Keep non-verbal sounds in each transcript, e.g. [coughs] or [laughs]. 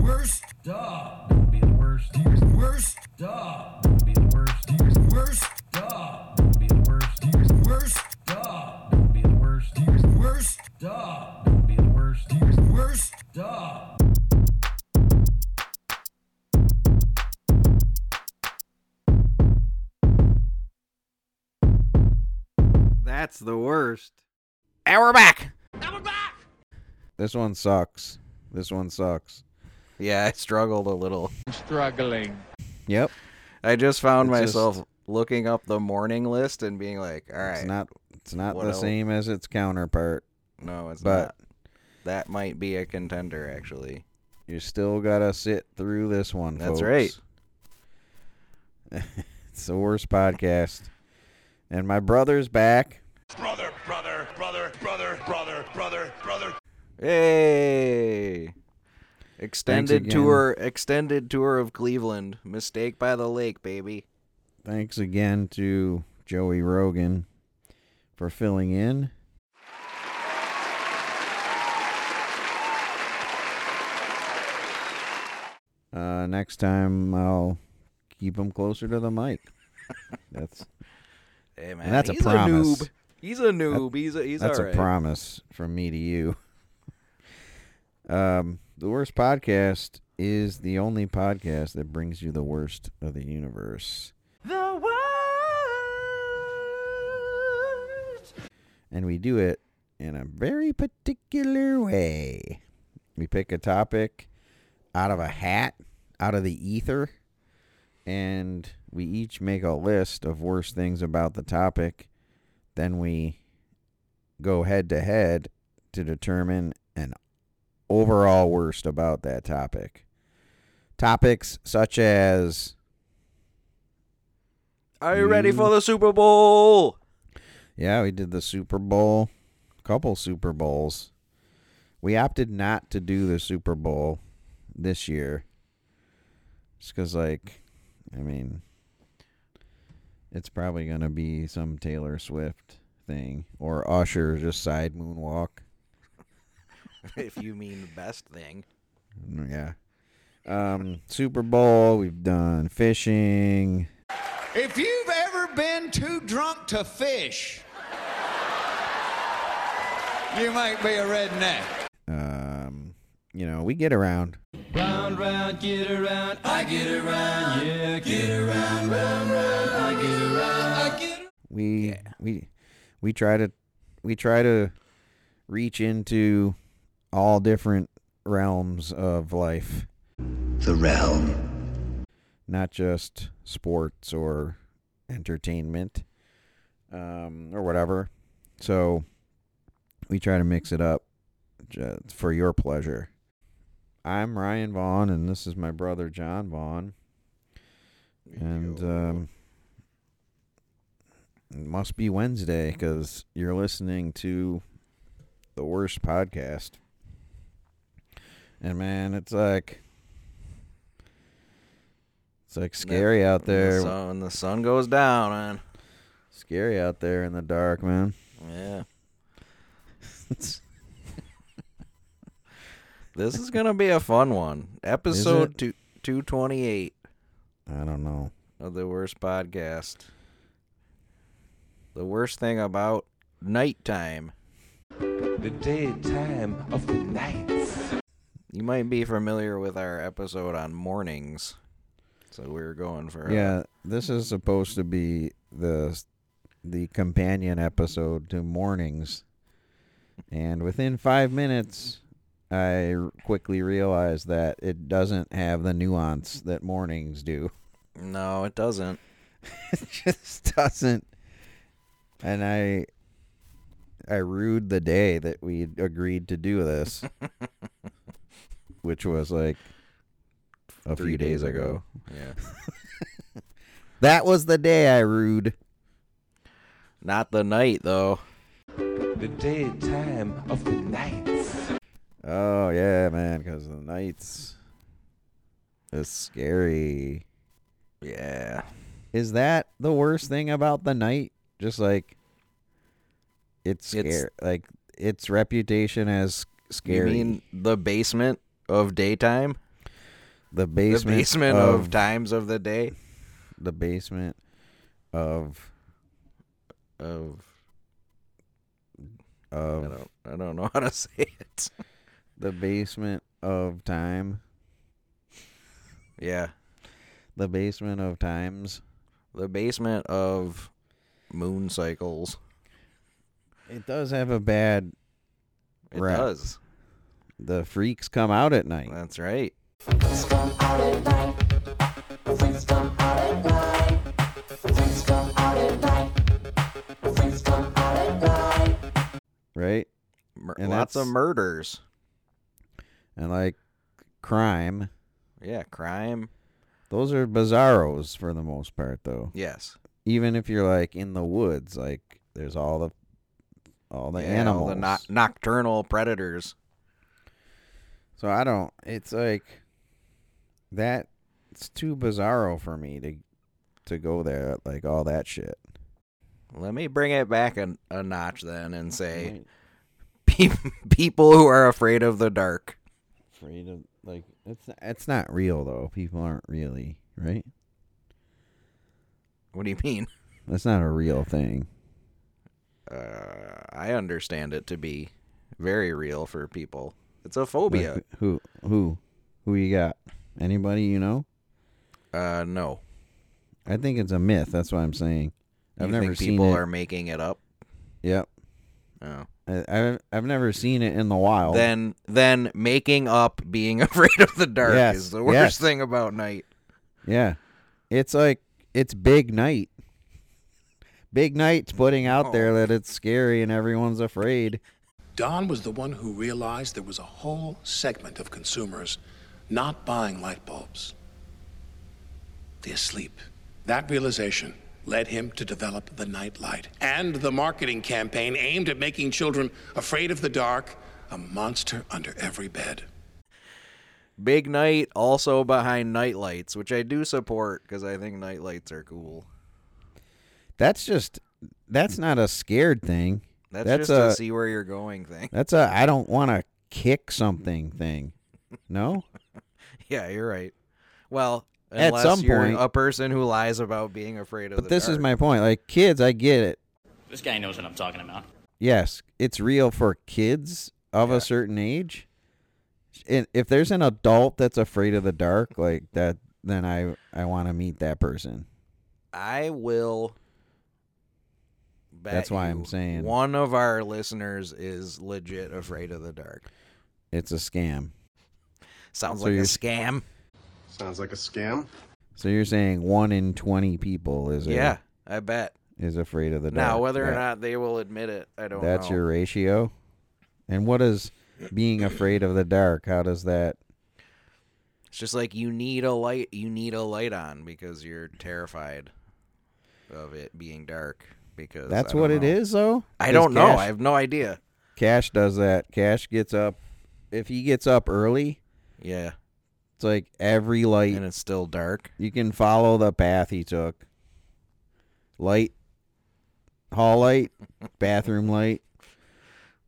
worst dog. Be the worst. He was worst dog. Be the worst. He was worst dog. Be the worst. He was worst dog. Be the worst. He was worst dog. Be the worst. He was worst dog. That's the worst. And we're back. This one sucks. This one sucks. Yeah, I struggled a little. struggling. Yep. I just found It's just- myself looking up the morning list and being like, all right, It's not it's not What the else? same as its counterpart. no, it's but- not. That might be a contender, actually. You still gotta sit through this one, That's folks. right. [laughs] it's the worst podcast. And my brother's back. Brother, brother, brother, brother, brother, brother, brother. Hey, extended again. tour, extended tour of Cleveland. Mistake by the lake, baby. Thanks again to Joey Rogan for filling in. Uh, next time I'll keep him closer to the mic. [laughs] That's Hey man, And that's a he's promise. noob. He's a noob. he's a, he's that's all a right. promise from me to you. [laughs] Um, the worst podcast is the only podcast that brings you the worst of the universe. The world. and we do it in a very particular way. We pick a topic out of a hat, out of the ether, and we each make a list of worst things about the topic. Then we go head to head to determine an overall worst about that topic. Topics such as Are you ready You- for the Super Bowl? [laughs] Yeah, we did the Super Bowl, couple Super Bowls. We opted not to do the Super Bowl this year, just because, like, I mean, it's probably gonna be some Taylor Swift thing or Usher just side moonwalk. if you mean the best thing. Mm, Yeah. Um, Super Bowl. We've done fishing. If you've ever been too drunk to fish, you might be a redneck. Um, you know, we get around. Round, round, get around. I get around. Yeah, get around. Round, round. I get around. I get around. we we we try to we try to reach into all different realms of life The realm. not just sports or entertainment um, or whatever so we try to mix it up ju- for your pleasure i'm ryan vaughn and this is my brother john vaughn and um, it must be Wednesday because you're listening to the worst podcast. And man, it's like it's like scary out there. So when the sun goes down, man. Scary out there in the dark, man. Yeah. [laughs] this is gonna be a fun one. Episode it? two two twenty eight I don't know. of the worst podcast. The worst thing about nighttime. The daytime of the night. You might be familiar with our episode on mornings. So we were going for a- Yeah, this is supposed to be the the companion episode to mornings, and within five minutes, I r- quickly realized that it doesn't have the nuance that mornings do. [laughs] No, it doesn't. it just doesn't, and I I rued the day that we agreed to do this, [laughs] which was like a Three few days ago. Yeah. That was the day I rued. Not the night though. The daytime of the night. Oh yeah, man, because the nights is scary. Yeah. Is that the worst thing about the night? Just like it's scary, It's- like its reputation as You scary. mean the basement of daytime? the The basement, basement of, times of the day the basement of of I of don't I don't know [laughs] how to say it. the basement of time, Yeah, the basement of times. the basement of moon cycles. It does have a bad. It Right. does. The freaks come out at night. That's right. right? Mur- And lots of that's- murders. And like crime. Yeah, crime. Those are bizarros for the most part, though. Yes. Even if you're like in the woods, like there's all the all the Yeah, all animals. The noc- nocturnal predators. so I don't. It's like that. It's too bizarro for me to to go there. Like all that shit. Let me bring it back a, a notch then and [laughs] say pe- people who are afraid of the dark. Afraid of like it's it's not real though. People aren't really right. What do you mean? That's not a real thing. Uh, I understand it to be very real for people. It's a Like, phobia. who who who you got? Anybody you know? Uh, no. I think it's a myth. That's what I'm saying. I've you never think seen people it. are making it up? Yep. Oh. I, I've I've never seen it in the wild. Then, then making up being [laughs] afraid of the dark Yes, is the worst yes. thing about night. yeah, it's like it's big night. Big night's putting out there Oh. that it's scary and everyone's afraid. Don was the one who realized there was a whole segment of consumers not buying light bulbs. They're asleep. That realization led him to develop the night light and the marketing campaign aimed at making children afraid of the dark a monster under every bed. Big Night also behind nightlights, which I do support because I think nightlights are cool. That's just that's not a scared thing. That's, that's just a, a see where you're going thing. [laughs] that's a I don't want to kick something thing. No, Yeah, you're right. Well, At unless some you're point- a person who lies about being afraid of but the this is dark. my point. Like kids, I get it. This guy knows what I'm talking about. yes, it's real for kids of a certain age. And if there's an adult that's afraid of the dark like that, then I I want to meet that person. I will. Bet That's why I'm you saying- one of our listeners is legit afraid of the dark. It's a scam. Sounds So like a you're- scam. Sounds like a scam. So you're saying one in twenty people is a- Yeah, I bet. is afraid of the dark. Now, whether or That- not they will admit it, I don't that's know. your ratio. And what is being afraid of the dark? How does that? It's just like you need a light. You need a light on because you're terrified of it being dark. Because That's I don't what it know. is, though. I Is don't know. Cash- I have no idea. Cash does that. Cash gets up. If he gets up early, Yeah, it's like every light and it's still dark. You can follow the path he took. Light, hall light, bathroom light,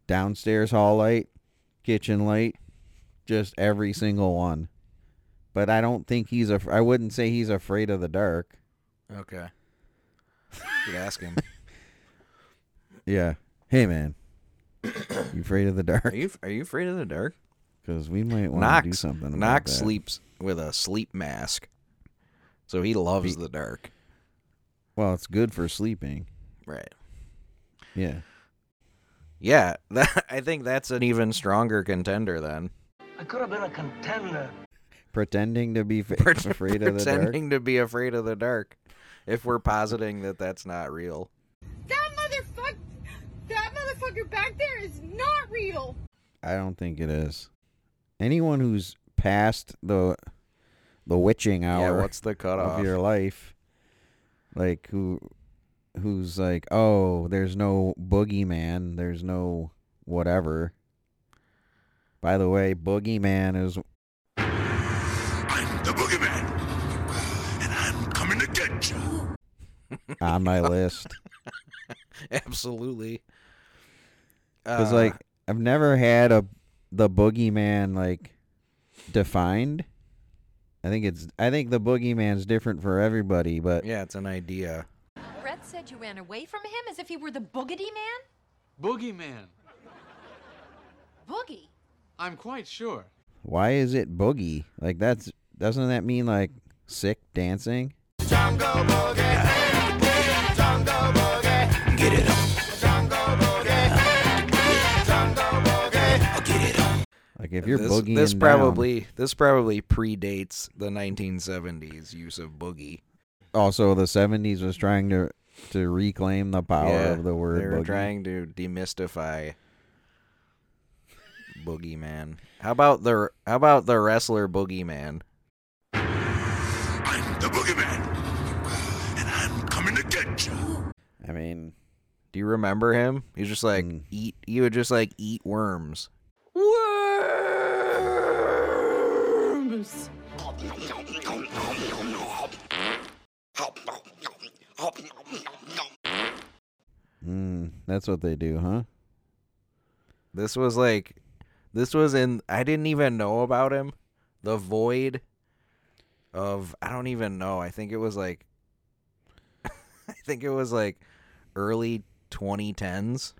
downstairs hall light, kitchen light, just every single one. But I don't think he's a. I wouldn't say he's afraid of the dark. Okay. You could ask him. Yeah. Hey man, [coughs] you afraid of the [laughs] Are dark? you are you afraid of the dark? Because we might want to do Knox something. about Knox that. sleeps with a sleep mask, so he loves the dark. Well, it's good for sleeping. Right. Yeah. Yeah. [laughs] That, I think that's an even stronger contender then. [laughs] I could have been a contender. Pretending to be fa- afraid of the dark. Pretending to be afraid of the dark. If we're positing that that's not real, That motherfucker, that motherfucker back there is not real. I don't think it is. Anyone who's past the the witching yeah. hour What's the cutoff? of your life, like who who's like, oh, there's no boogeyman, there's no whatever. By the way, boogeyman is I'm the boogeyman, and I'm coming to get you. on [laughs] my list [laughs] Absolutely. because Uh, like I've never had a the boogeyman like defined. I think it's I think the boogeyman's different for everybody, but yeah, it's an idea. Brett said you ran away from him as if he were the boogity man? Boogeyman. Boogie? I'm quite sure. Why is it boogie? Like that's doesn't that mean like sick dancing? Get it on. Like if you're this, boogieing this down- probably this probably predates the 1970s use of boogie. also the 70s was trying to to reclaim the power Yeah, of the word They were boogie. trying to demystify boogeyman. How about the how about the wrestler boogeyman? The boogeyman. And I'm coming to get you. I mean, do you remember him? He's just like Hmm. eat. He would just like eat worms. Worms. Mm, that's what they do, huh? This was like, this was in. I didn't even know about him. The void of I don't even know. I think it was like, [laughs] I think it was like early 2010s,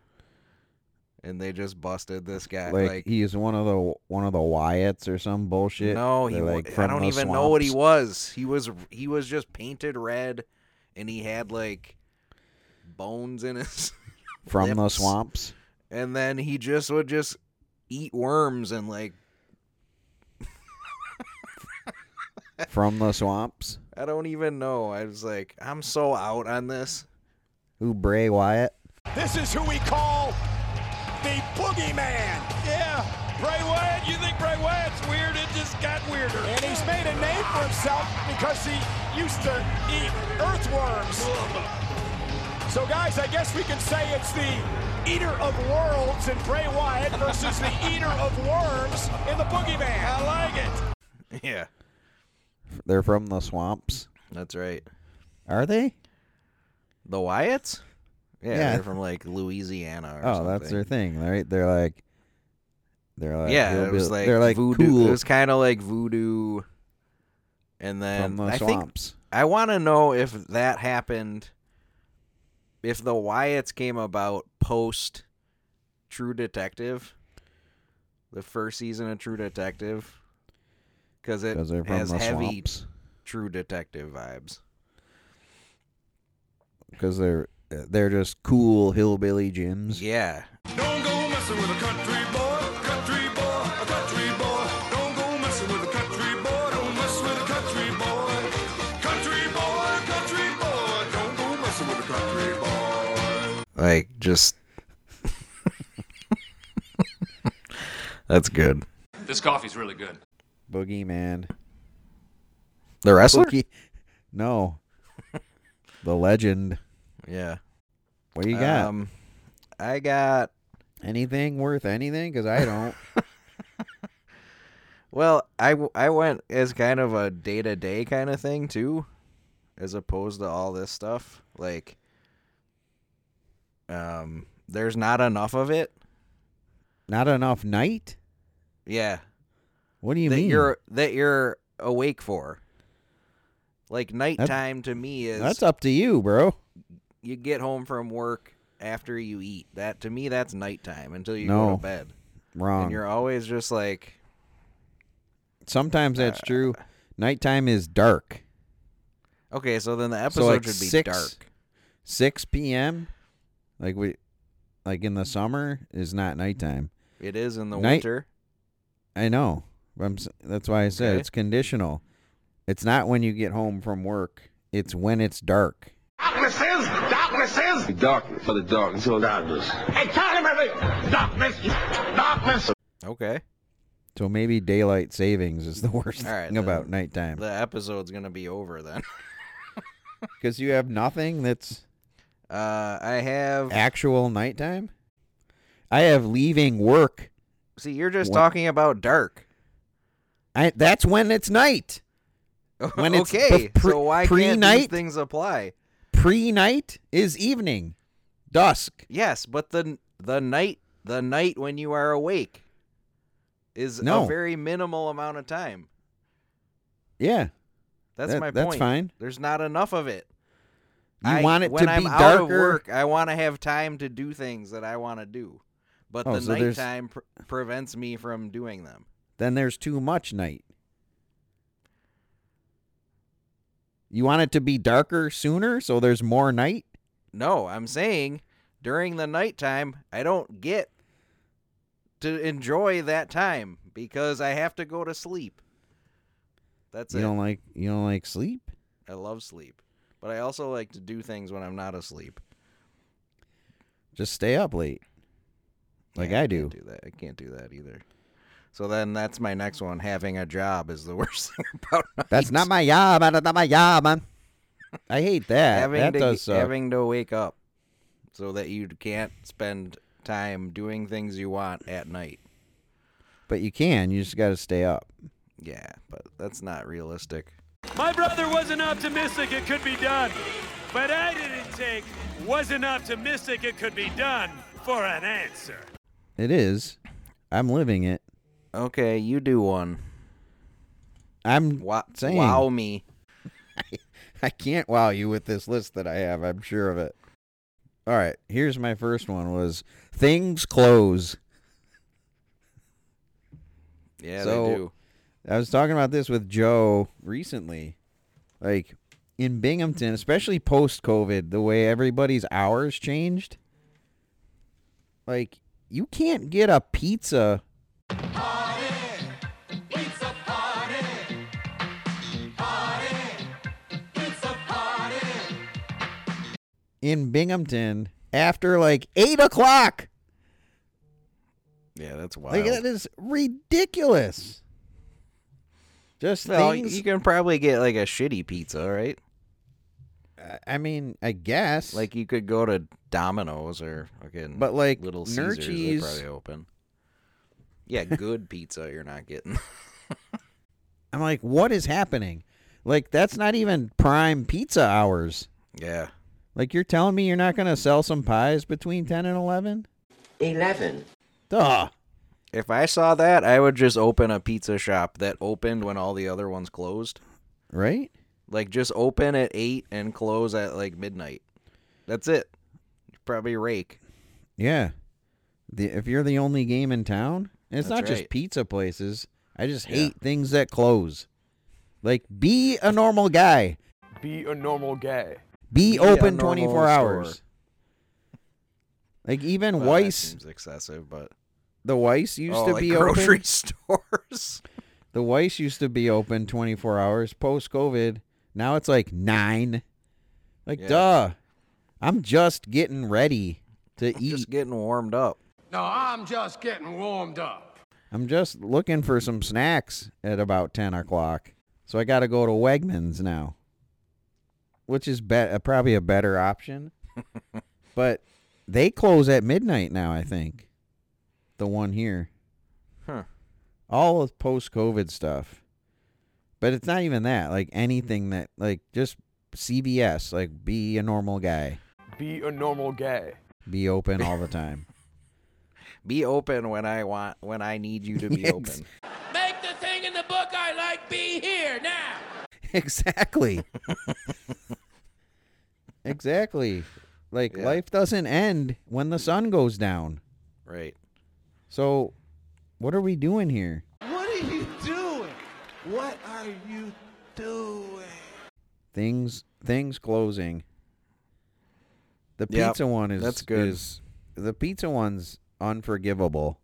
and they just busted this guy. Like, Like, he is one of the one of the Wyatts or some bullshit. no, he. They're, wa- like I from don't the even know what he swamps. was. He was he was just painted red, and he had like bones in his [laughs] from the lips. [laughs] swamps. and then he just would just eat worms and like From the swamps. I don't even know. I was like, I'm so out on this. [laughs] Who Bray Wyatt? This is who we call the boogeyman. Yeah, Bray Wyatt. You think Bray Wyatt's weird? It just got weirder. And he's made a name for himself because he used to eat earthworms. So, guys, I guess we can say it's the eater of worlds in Bray Wyatt versus [laughs] the eater of worms in the boogeyman. I like it. Yeah, They're from the swamps. that's right. Are they? The Wyatts? Yeah, Yeah. they're from like Louisiana. Or oh, something. that's their thing, right? They're like, they're like, yeah. It hillbilly- was like, they're like voodoo. cool. It was kind of like voodoo. And then From the I swamps. think I want to know if that happened. If the Wyatts came about post True Detective, the first season of True Detective, because it 'Cause they're from has the heavy swamps. True Detective vibes. because they're they're just cool hillbilly gyms. Yeah, Don't go messing with a country boy, country boy, a country boy. Don't go messing with a country boy, don't mess with a country boy. Country boy, country boy, don't go messing with a country boy. like just [laughs] that's good. This coffee's really good. Boogeyman. The wrestler? Boogie- No. [laughs] the legend. Yeah. What do you got? Um, I got anything worth anything because I [laughs] don't. Well, I, w- I went as kind of a day to day kind of thing too, as opposed to all this stuff. Like, um, there's not enough of it. Not enough night. Yeah, What do you that mean? you're that you're awake for. Like nighttime to me is That's up to you, bro. you get home from work after you eat. That to me that's nighttime until you go No. Um, to bed. Wrong. And you're always just like Sometimes uh, that's true. Nighttime is dark. okay, so then the episode so like should be six, dark. Six p.m. Like we, like in the summer is not nighttime. It is in the Night- winter. I know. I'm, s- that's why I said Okay. it's conditional. It's not when you get home from work. It's when it's dark. Darkness is, darkness is. Darkness for the dark until darkness. Hey, tell him everything. Darkness, darkness. Okay. So maybe daylight savings is the [laughs] worst All right, thing about then nighttime The episode's gonna be over then. [laughs] because you have nothing that's Uh, I have. actual nighttime. I have leaving work. See, you're just What- talking about dark. [laughs] I that's when it's night. When it's okay, bef- pre- so why can't these pre-night? things apply? Pre-night is evening, dusk. Yes, but the the night the night when you are awake is No. a very minimal amount of time. Yeah. That's That- my point. that's fine. There's not enough of it. You want it when to I'm be out of darker? work, I want to have time to do things that I want to do, but Oh, the so there's- nighttime pre- prevents me from doing them. Then there's too much night. You want it to be darker sooner so there's more night? No, I'm saying during the nighttime, I don't get to enjoy that time because I have to go to sleep. That's you it. don't like you don't like sleep? I love sleep, but I also like to do things when I'm not asleep. Just stay up late. Like Yeah, I do. do that. I can't do that either. So then that's my next one. Having a job is the [laughs] worst thing about That's [laughs] not my job. That's not my job, man. I hate that. [laughs] having that to does suck. having to wake up so that you can't spend time doing things you want at night. But you can. You just got to stay up. Yeah, but that's not realistic. My brother wasn't optimistic it could be done, but I didn't take wasn't optimistic it could be done for an answer. It is. I'm living it. Okay, you do one. I'm wow, saying wow me. [laughs] I can't wow you with this list that I have. I'm sure of it. All right, here's my first one was things close. Yeah, so they do. I was talking about this with Joe recently. Like in Binghamton, especially post COVID, the way everybody's hours changed. Like you can't get a pizza Pizza party. Party. Pizza party. in Binghamton after like eight o'clock. Yeah, that's wild. Like that is ridiculous. Just well, things you can probably get like a shitty pizza, right? I mean, I guess. Like you could go to Domino's or fucking But, like, Little Nerd Caesars, Cheese- they probably open. [laughs] Yeah, good pizza you're not getting. [laughs] I'm like, what is happening? Like, that's not even prime pizza hours. Yeah. Like, you're telling me you're not going to sell some pies between 10 and 11? 11. Duh. If I saw that, I would just open a pizza shop that opened when all the other ones closed. Right? Like just open at 8 and close at like midnight. That's it. Probably rake. Yeah. The, if you're the only game in town, and it's That's not just right. pizza places. I just hate things that close. Like, be a normal guy. Be a normal guy. Be, Be a open normal 24 store. hours. Like, even Well, that Weiss, seems excessive, but the Weiss used Oh, to like [laughs] be grocery open. stores. [laughs] The Weiss used to be open 24 hours post COVID. Now it's like nine. Like, Yeah. duh. I'm just getting ready to eat. just getting warmed up. No, I'm just getting warmed up. I'm just looking for some snacks at about 10 o'clock. So I got to go to Wegmans now, which is be- uh, probably a better [laughs] option. but they close at midnight now, I think. The one here. Huh. all of post COVID stuff. But it's not even that. Like anything that like just CVS, like be a normal guy. Be a normal guy. Be open all the [laughs] time. Be open when I want when I need you to be Yes. open. Make the thing in the book I like be here now. [laughs] exactly. exactly. Like life doesn't end when the sun goes down. Right. So what are we doing here? What are you doing? What are you doing? Things things closing. The Yep, pizza one is that's good. is- the pizza one's unforgivable.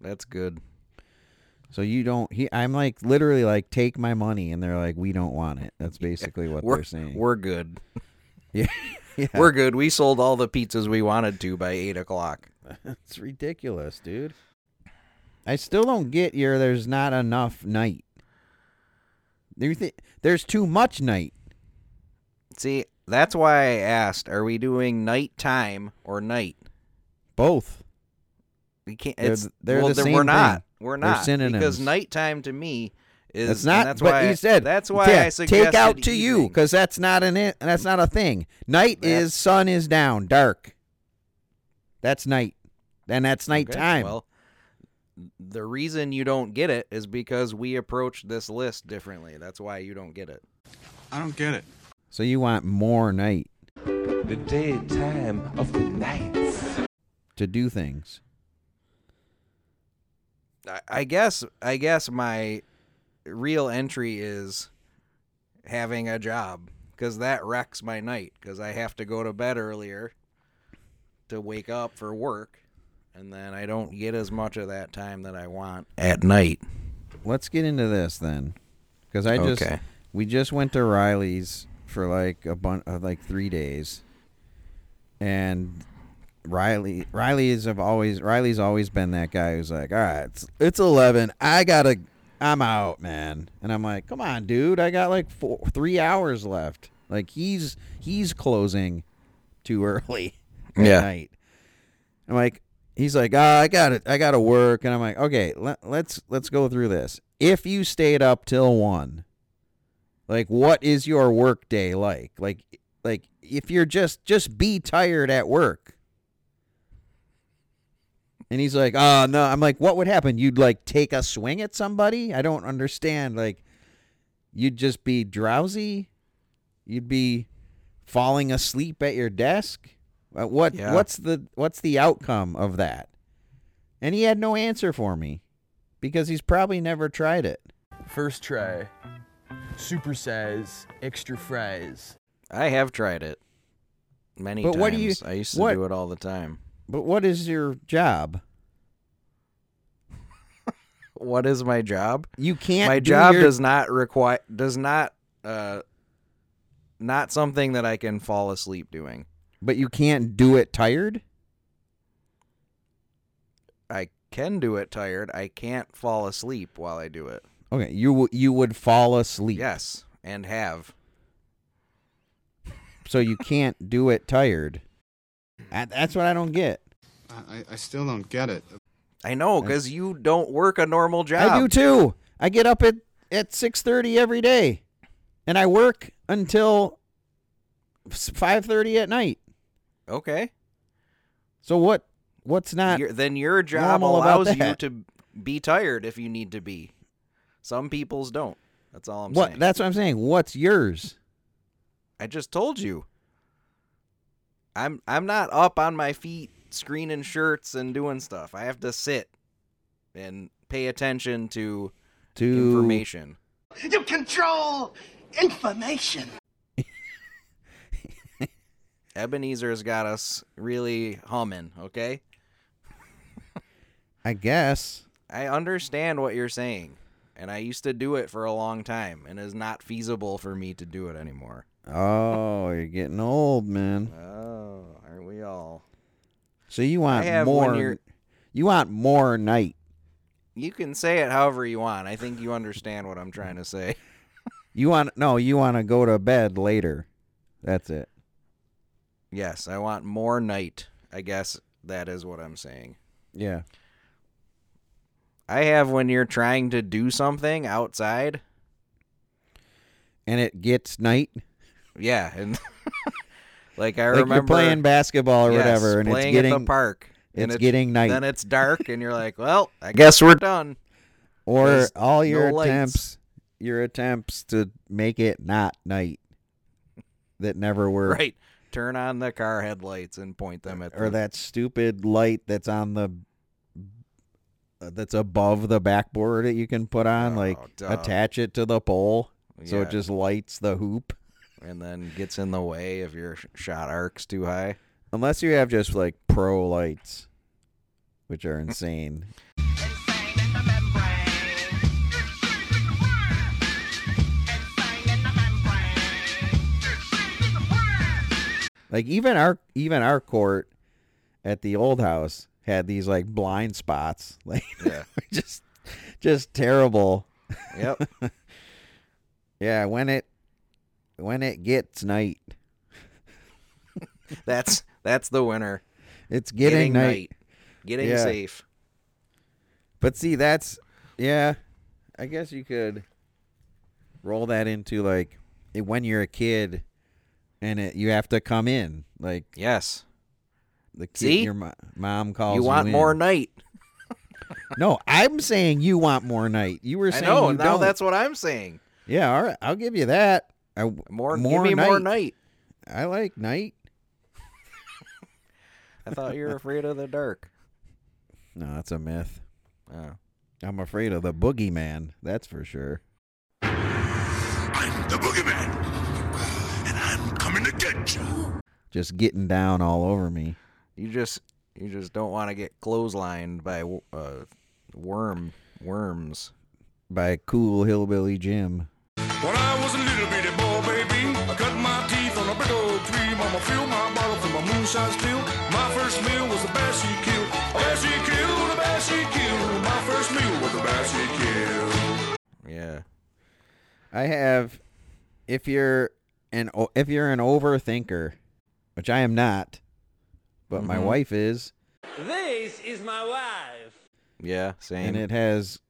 That's good. So you don't. He, I'm like literally like take my money, and they're like, we don't want it. That's basically what We're they're saying. we're good. [laughs] yeah, yeah. We're good. We sold all the pizzas we wanted to by eight o'clock. [laughs] it's ridiculous, dude. I still don't get your. There's not enough night. You thi- there's too much night. See, that's why I asked: Are we doing nighttime or night? Both. We can't. They're It's th- they're well, the then same We're not. thing. We're They're not because synonyms. nighttime to me is That's and not. That's but why you said that's why yeah, I suggested take out to you evening. because that's not an. i- That's not a thing. Night is sun is down, dark. That's night, and that's Okay, nighttime. Well, the reason you don't get it is because we approach this list differently. That's why you don't get it. I don't get it. So you want more night The daytime of the night. to do things. I, I guess I guess my real entry is having a job because that wrecks my night because I have to go to bed earlier to wake up for work, and then I don't get as much of that time that I want. at night. Let's get into this then, because I just Okay. we just went to Riley's for like a bunch of like three days, and Riley Riley is have always Riley's always been that guy who's like, all right, it's, it's eleven, I gotta, I'm out, man, and I'm like, come on, dude, I got like four three hours left. Like he's he's closing too early [laughs] at Yeah. night. I'm like, he's like, ah, I got it, I gotta work, and I'm like, okay, let, let's let's go through this. If you stayed up till one, like, what is your work day like? Like, like if you're just just be tired at work. And he's like, oh no, I'm like, what would happen? You'd like take a swing at somebody? I don't understand. Like, you'd just be drowsy. You'd be falling asleep at your desk. Uh, What Yeah. what's the what's the outcome of that? And he had no answer for me because he's probably never tried it. First try. Super size, extra fries. I have tried it many But times. what do you- I used to what- do it all the time. But what is your job? What is my job? You can't. my do job your- does not require does not uh not something that I can fall asleep doing. But you can't do it tired. I can do it tired. I can't fall asleep while I do it. Okay, you w- you would fall asleep. Yes, and have. So you can't do it tired. I, that's what I don't get. I, I still don't get it. I know cuz you don't work a normal job. I do too. I get up at at six thirty every day, and I work until five thirty at night. Okay. So what? What's not? Your- then your job normal about allows you that. to be tired if you need to be. Some people's don't. That's all I'm what? saying. That's what I'm saying. What's yours? I just told you. I'm I'm not up on my feet screening shirts and doing stuff. I have to sit and pay attention to To information. You control information. [laughs] Ebenezer's got us really humming, okay? I guess. I understand what you're saying. And I used to do it for a long time and it's not feasible for me to do it anymore. Oh, you're getting old, man. Oh, aren't we all? So you want have when more? you're- You want more night? You can say it however you want. I think you understand what I'm trying to say. You want no? You want to go to bed later? That's it. Yes, I want more night. I guess that is what I'm saying. Yeah. I have when you're trying to do something outside. And it gets night. Yeah, and [laughs] like I like remember you're playing basketball or Yes, whatever, and it's playing getting at the park. It's, getting night. Then it's dark, and you're like, "Well, [laughs] I guess we're done." or There's all your no lights. attempts, your attempts to make it not night, that [laughs] never were. Right. Turn on the car headlights and point them at. Or the, that stupid light that's on the that's above the backboard that you can put on, like Oh, duh. attach it to the pole, so Yeah. it just lights the hoop. and then gets in the way if your sh- shot arc's too high. Unless you have just like pro lights, which [laughs] are insane. Like even our even our court at the old house had these like blind spots. [laughs] Like Yeah. just just terrible. Yep. yeah, when it when it gets night. That's that's the winner. It's [laughs] getting, night. Getting Yeah. safe. But see that's yeah. I guess you could roll that into like it- when you're a kid and it, you have to come in. Like Yes. the kid See? your mo- mom calls you want in. more night. no, I'm saying you want more night. You were I saying know. you Now don't. that's what I'm saying. yeah. All right, I'll give you that. I, More, more give me night. more night. I like night. I thought [laughs] you were afraid of the dark. No, that's a myth. Oh. I'm afraid of the boogeyman. That's for sure. I'm the boogeyman, and I'm coming to get you. Just getting down all over me. You just you just don't want to get clotheslined by uh, worm worms. by cool hillbilly Jim. When I was a little bitty boy, baby, I cut my teeth on a big old tree. Mama filled my bottle from my moonshine still. My first meal was the bass she killed. A bass she killed, a bass she killed. My first meal was the bass she killed. Yeah. I have if you're an o- if you're an overthinker, which I am not, but my Mhm. wife is, This is my wife. Yeah, same. and it has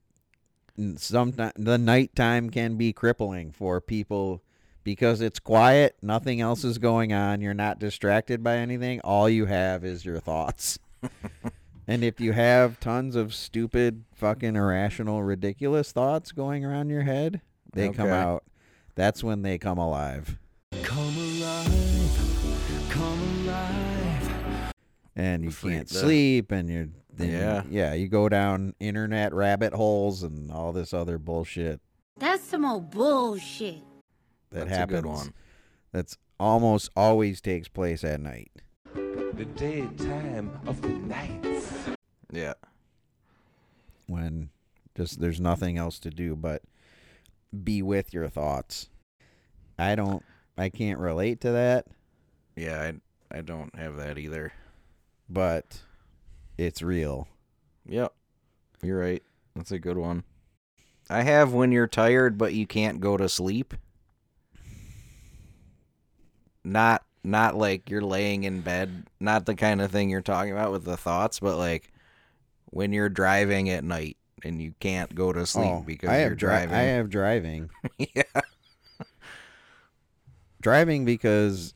some the nighttime can be crippling for people because it's quiet, nothing else is going on, you're not distracted by anything, all you have is your [laughs] thoughts. and if you have tons of stupid, fucking irrational, ridiculous thoughts going around your head, they come Okay. out. That's when they come alive. Come alive, come alive. and you Freak can't the- sleep and you're then Yeah. you, yeah you go down internet rabbit holes and all this other bullshit That's some old bullshit. that That's a happens good one. that's almost always takes place at night The daytime of the night. Yeah. when just there's nothing else to do but be with your thoughts i don't i can't relate to that Yeah, I I don't have that either. but it's real Yep. You're right. That's a good one. I have when you're tired but you can't go to sleep. Not not like you're laying in bed, not the kind of thing you're talking about with the thoughts, but like when you're driving at night and you can't go to sleep Oh, because I have you're dri- driving. i have driving [laughs] yeah. driving because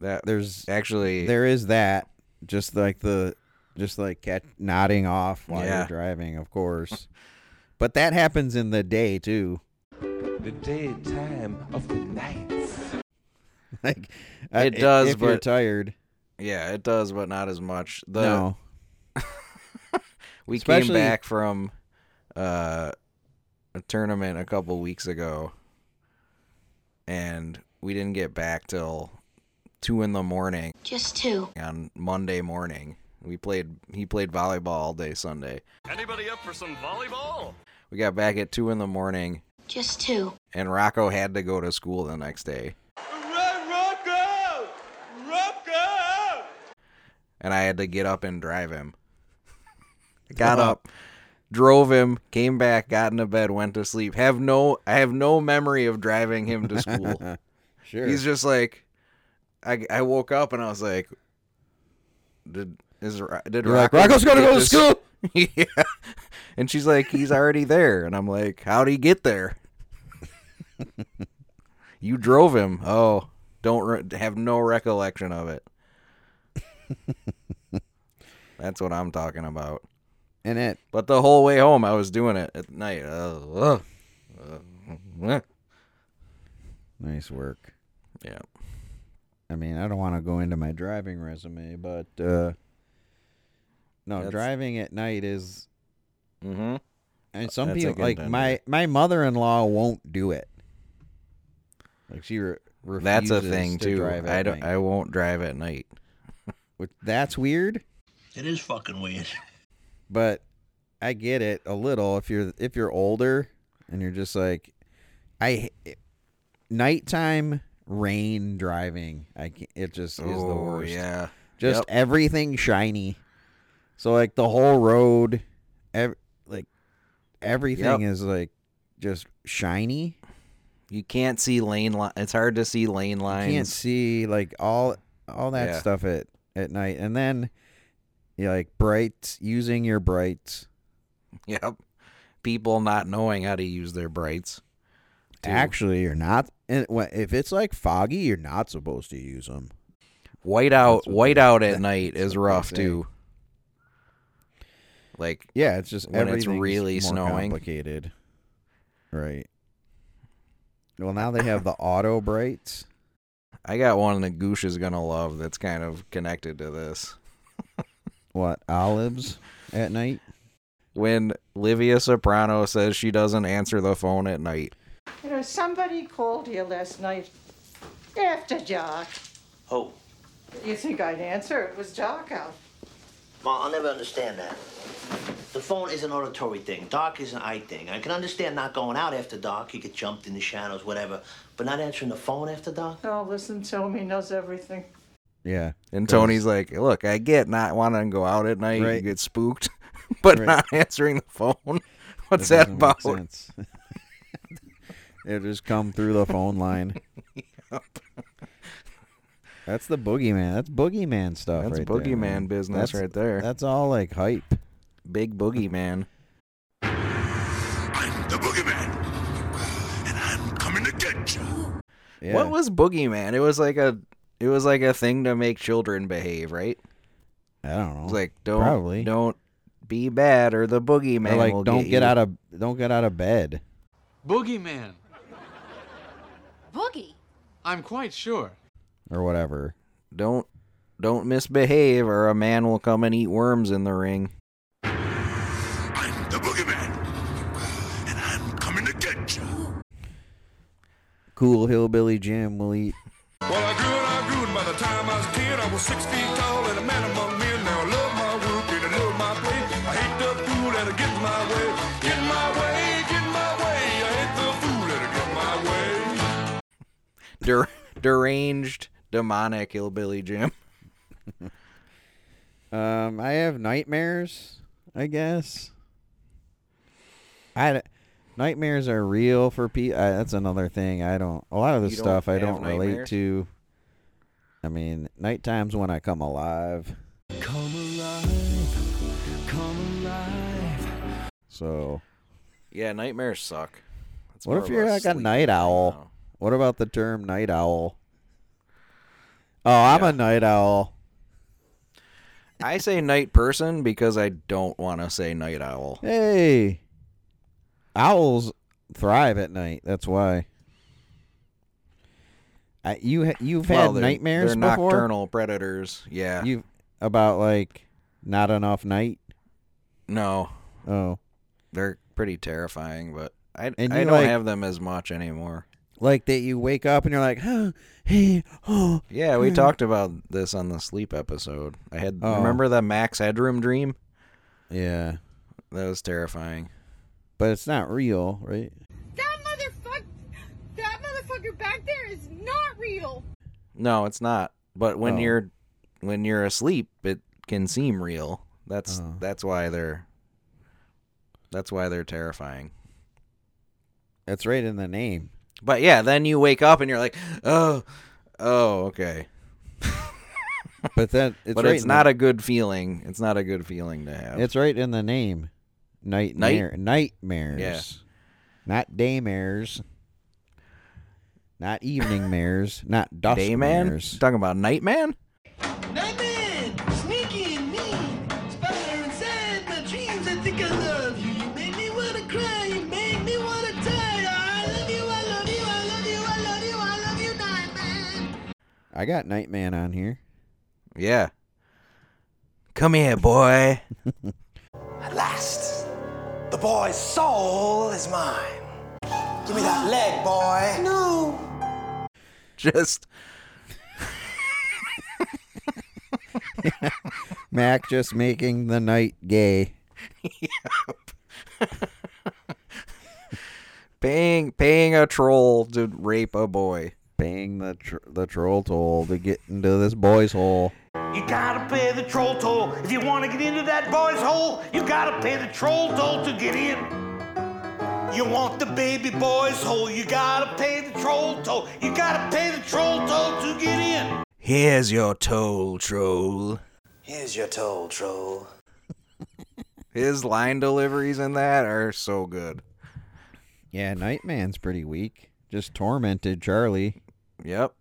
That there's actually there is that just like the just like cat nodding off while Yeah. you're driving of course but that happens in the day too [laughs] The daytime of the night. like uh, I- It does, if you're but- tired Yeah, it does, but not as much. The no we Especially- came back from uh, a tournament a couple weeks ago, and we didn't get back till two in the morning. Just two. on Monday morning. We played. He played volleyball all day Sunday. Anybody up for some volleyball? We got back at two in the morning, Just two. and Rocco had to go to school the next day, Rocco! Rocco! and I had to get up and drive him. [laughs] got up, drove him, came back, got into bed, went to sleep. Have no. I have no memory of driving him to school. sure He's just like, I, I woke up and I was like, did is Ro- did You're like, Rocco "Rocco's gonna get go to this-" school! [laughs] yeah, and she's like, he's already there, and I'm like, how'd he get there? [laughs] you drove him. Oh, don't re- have no recollection [laughs] of it. That's what I'm talking about. and it But the whole way home, I was doing it at night. Oh, ugh. Ugh. nice work yeah. i mean i don't want to go into my driving resume but uh no That's- driving at night is Mm-hmm. and some That's a people good like one, my my mother-in-law won't do it like she re- That's a refuses thing to too. drive at I don't. night. I won't drive at night. Which, that's weird It is fucking weird. but I get it a little if you're if you're older and you're just like I nighttime rain driving I can it just is the Oh, worst. yeah. Just Yep. everything shiny. So like the whole road ev- like everything Yep. is like just shiny. You can't see lane line. It's hard to see lane You lines. can't see like all all that Yeah. stuff at at night. And then you like brights using your brights [laughs] Yep. People not knowing how to use their brights. too. Actually, you're not. And wha- if it's like foggy, you're not supposed to use them. white out. what White they- out at that- night that's is what they rough say. too. Like yeah, it's just when it's everything's really more snowing. complicated. Right. Well, now they have the auto brights. I got one that Goosh is gonna love. That's kind of connected to this. What olives at night? When Livia Soprano says she doesn't answer the phone at night, You know, somebody called here last night after dark. Oh, You think I'd answer? It was dark out. Mom, I'll never understand that. The phone is an auditory thing. Dark is an eye thing. I can understand not going out after dark. You get jumped in the shadows, whatever. But not answering the phone after dark? Oh, listen, Tommy knows everything. Yeah. and Tony's like, "Look, I get not wanting to go out at night. You Right. get spooked, [laughs] but Right. not answering the phone. [laughs] What's that, doesn't make about?" sense. [laughs] It just come through the phone [laughs] line. That's the boogeyman. That's boogeyman stuff. That's right there, boogeyman man. business That's- right there. That's all like hype. [laughs] Big boogeyman. The boogeyman. And I'm coming to get you. Yeah. What was boogeyman? It was like a, it was like a thing to make children behave, right? I don't know. It's like don't Probably. don't be bad or the Or, boogeyman like will don't get, get, you. out of don't get out of bed. Boogeyman. Boogie. I'm quite sure. or whatever. Don't don't misbehave or a man will come and eat worms in the ring. The boogeyman. And I'm coming to get you. Cool hillbilly Jim will eat. Well, I grew and I grew, and by the time I was a kid, I was six feet tall and a man among men. Now I love my work and I love my play. I hate the fool that'll get my way. Get my way, get my way. I hate the fool that'll get my way. Der- deranged demonic hillbilly Jim. Um, I have nightmares. I guess. I d- nightmares are real for people. That's another thing. I don't. A lot of this You don't stuff I have don't relate nightmares? to. I mean, nighttime's when I come alive. Come alive, come alive. So, Yeah, nightmares suck. That's what more if of you're like a sleep night thing owl? now. What about the term night owl? Oh, I'm a night owl. I say night person because I don't want to say night owl. Hey, owls thrive at night. That's why. I, you ha- you've Well, had they're- nightmares They're before. nocturnal predators. Yeah. You about like not enough night? no, Oh, they're pretty terrifying, but I And I you don't like- have them as much anymore. like that you wake up and you're like, huh, hey, oh. Yeah, we huh." talked about this on the sleep episode. I had Oh. remember the Max Headroom dream? Yeah, That was terrifying. but it's not real, right? That motherfucker, that motherfucker back there is not real. No, it's not. But when Oh. you're when you're asleep, it can seem real. That's Oh. that's why they're that's why they're terrifying. It's right in the name. But yeah, then you wake up and you're like, "Oh, oh, okay." But that it's but right. it's in not the, a good feeling. It's not a good feeling to have. It's right in the name. Nightmare, nightmares. Yeah. Not daymares. Not evening mares. [laughs] Not dusk day man. mares. Talking about night man. Nightman, sneaky and mean. Spider inside my dreams, I think I love you. You make me wanna cry, you make me wanna die. I love you, I love you, I love you, I love you, I love you, Nightman. I got Nightman on here. Yeah. Come here, boy. [laughs] At last, the boy's soul is mine. Give me that leg, boy. No. Just Mac just making the night gay. paying paying a troll to rape a boy. Paying the tr- the troll toll to get into this boy's hole. You gotta pay the troll toll. If you wanna get into that boy's hole, you gotta pay the troll toll to get in. You want the baby boy's hole, you gotta pay the troll toll. You gotta pay the troll toll to get in. Here's your toll, troll. Here's your toll, troll. His line deliveries in that are so good. Yeah, Nightman's pretty weak. Just tormented Charlie. [laughs] Yep.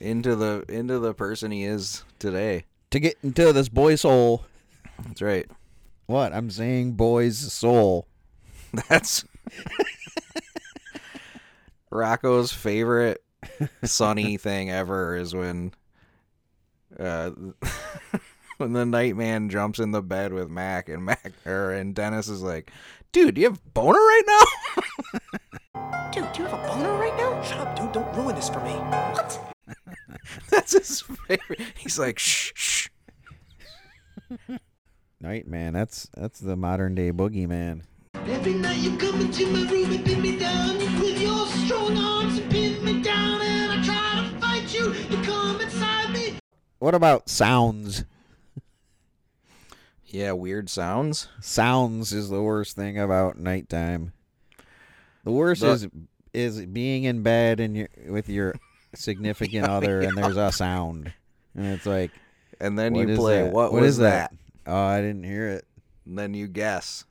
into the into the person he is today. To get into this boy's hole. That's right. What? I'm saying boy's soul. [laughs] That's Rocco's favorite [laughs] sunny thing ever is when uh [laughs] when the nightman jumps in the bed with Mac and Mac or and Dennis is like, dude, do you have boner right now? dude, do you have a boner right now? Shut up, dude, don't ruin this for me. What? [laughs] That's his favorite. He's like, shh shh. Nightman, that's that's the modern day boogeyman. Every night you come into my room and pin me down. You put your strong arms and pin me down, and I try to fight you. You come inside me. What about sounds? Yeah, weird sounds. Sounds is the worst thing about nighttime. The worst The- is is being in bed and you with your [laughs] significant other and there's a sound. And it's like And then what you is play, that? what, what was is that? Oh, I didn't hear it. And then you guess.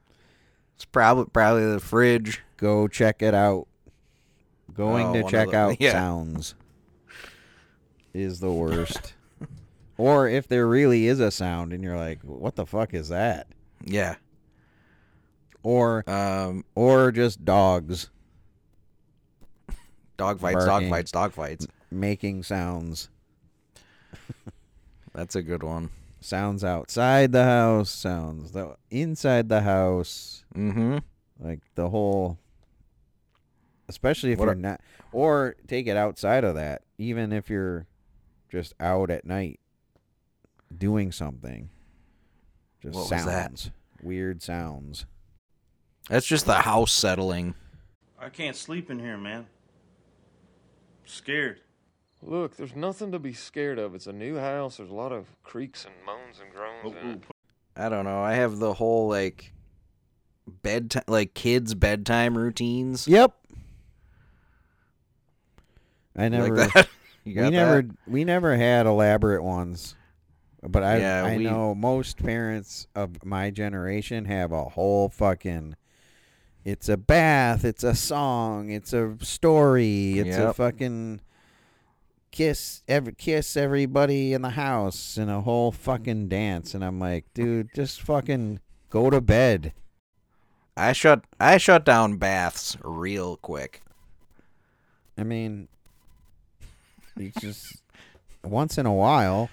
It's probably probably the fridge. Go check it out. Going Oh, one to of check the- out [laughs] yeah. sounds is the worst. or if there really is a sound and you're like, what the fuck is that? Yeah. Or um or just dogs Dog fights, dog Barking. fights, dog fights. making sounds. That's a good one. Sounds outside the house, sounds the inside the house. Mm-hmm. Like the whole especially if What you're a- not or take it outside of that, even if you're just out at night doing something. Just What was sounds. that? Weird sounds. That's just the house settling. I can't sleep in here, man. Scared. Look, there's nothing to be scared of. It's a new house. There's a lot of creaks and moans and groans. in it. I don't know. I have the whole like bedtime, like kids' bedtime routines. Yep. I You like never that? [laughs] You we got never that? we never had elaborate ones. But I Yeah, I we- know most parents of my generation have a whole fucking it's a bath, it's a song, it's a story, it's a Yep. fucking kiss every kiss everybody in the house and a whole fucking dance and I'm like, dude, just fucking go to bed. I shut I shut down baths real quick. I mean, it's just once in a while.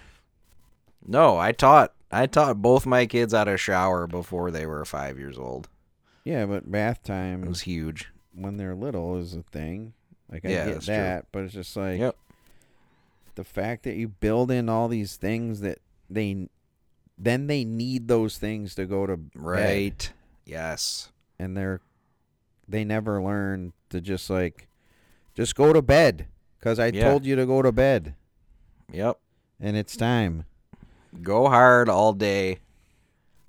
No, I taught I taught both my kids how to shower before they were five years old. Yeah, but bath time It was huge. when they're little is a thing. Like I Yeah, get that's true. that, but it's just like the fact that you build in all these things that they then they need those things to go to bed, Right. Yes. and they're they never learn to just like just go to bed because I Yeah. told you to go to bed Yep. and it's time. Go hard all day,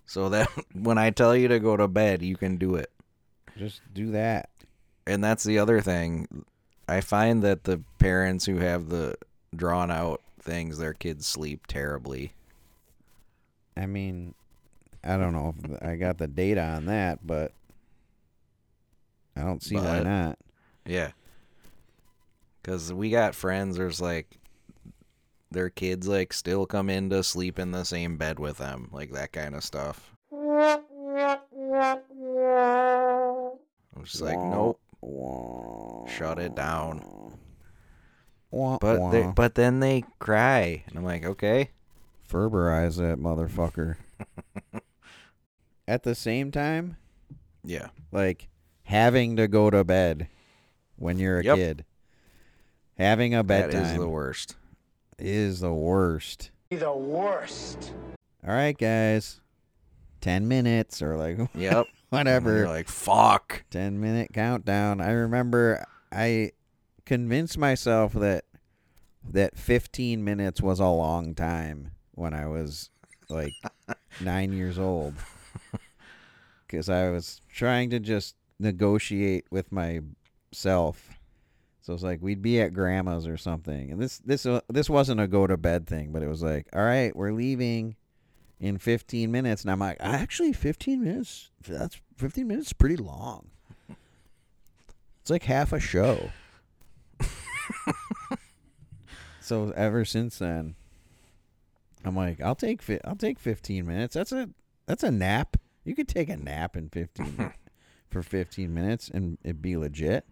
so that [laughs] when I tell you to go to bed, you can do it. Just do that. And that's the other thing. I find that the parents who have the drawn out things, their kids sleep terribly. I mean, I don't know if I got the data on that, but I don't see why But- not. Yeah. Cause we got friends there's like their kids like still come in to sleep in the same bed with them, like that kind of stuff. I'm just like, nope. Shut it down. But they, but then they cry. And I'm like, okay. Ferberize that motherfucker. At the same time, Yeah. like having to go to bed when you're a Yep. kid, having a That is bedtime the worst. is the worst. The worst. All right, guys, ten minutes or like [laughs] Yep. whatever. You're like, fuck. Ten minute countdown. I remember I convinced myself that that fifteen minutes was a long time when I was like nine years old, because I was trying to just negotiate with myself. So it's like we'd be at grandma's or something, and this this uh, this wasn't a go to bed thing, but it was like, all right, we're leaving in 15 minutes and i'm like actually 15 minutes that's 15 minutes is pretty long it's like half a show [laughs] so ever since then i'm like i'll take fi- i'll take 15 minutes that's a that's a nap You could take a nap in 15 [laughs] min- for 15 minutes and it'd be legit.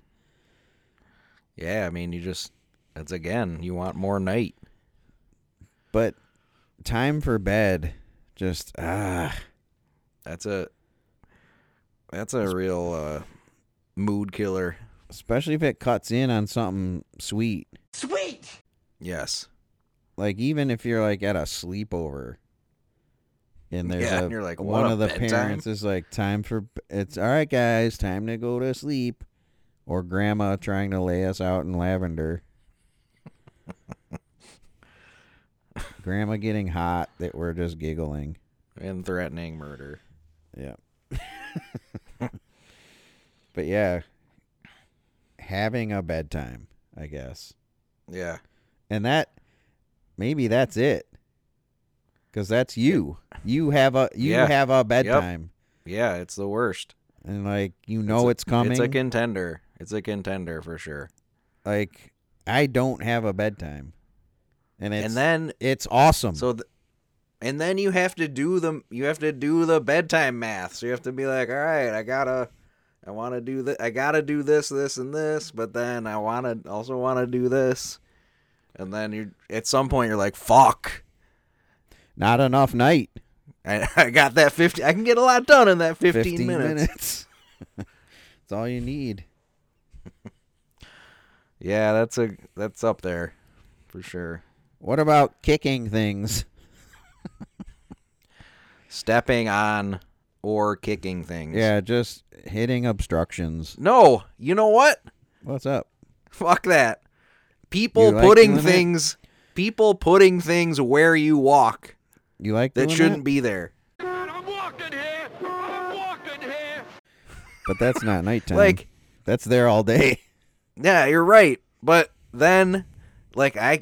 Yeah, I mean, you just that's again, you want more night. But time for bed just ah that's a that's a real uh mood killer, especially if it cuts in on something sweet. Sweet! Yes. Like even if you're like at a sleepover and there's Yeah, a, and you're like, one "What, of the bedtime?" parents is like time for b- it's all right guys, time to go to sleep or grandma trying to lay us out in [laughs] lavender. grandma getting hot that we're just giggling. And threatening murder. Yeah. [laughs] but yeah, having a bedtime, I guess. Yeah. And that maybe that's it. Cuz that's you. You have a you Yeah. have a Yep. bedtime Yeah, it's the worst. and like you know it's, coming. It's a contender. It's a contender for sure. like I don't have a bedtime. And it's and then it's awesome. Mm-hmm. So, th- and then you have to do the you have to do the bedtime math. So you have to be like, all right, I gotta, I want to do that. I gotta do this, this, and this. But then I want to also want to do this. And then you are at some point you're like, fuck, not enough night. I, [laughs] I got that fifty. I can get a lot done in that fifteen, 15 minutes. [laughs] minutes. [laughs] it's all you need. Yeah, that's a that's up there for sure. What about kicking things? Stepping on or kicking things. Yeah, just hitting obstructions. No, you know what? What's up? Fuck that. People You like putting doing that? things people putting things where you walk You like that doing shouldn't be there. But that's not nighttime. [laughs] Like- that's there all day. Yeah, you're right. But then like I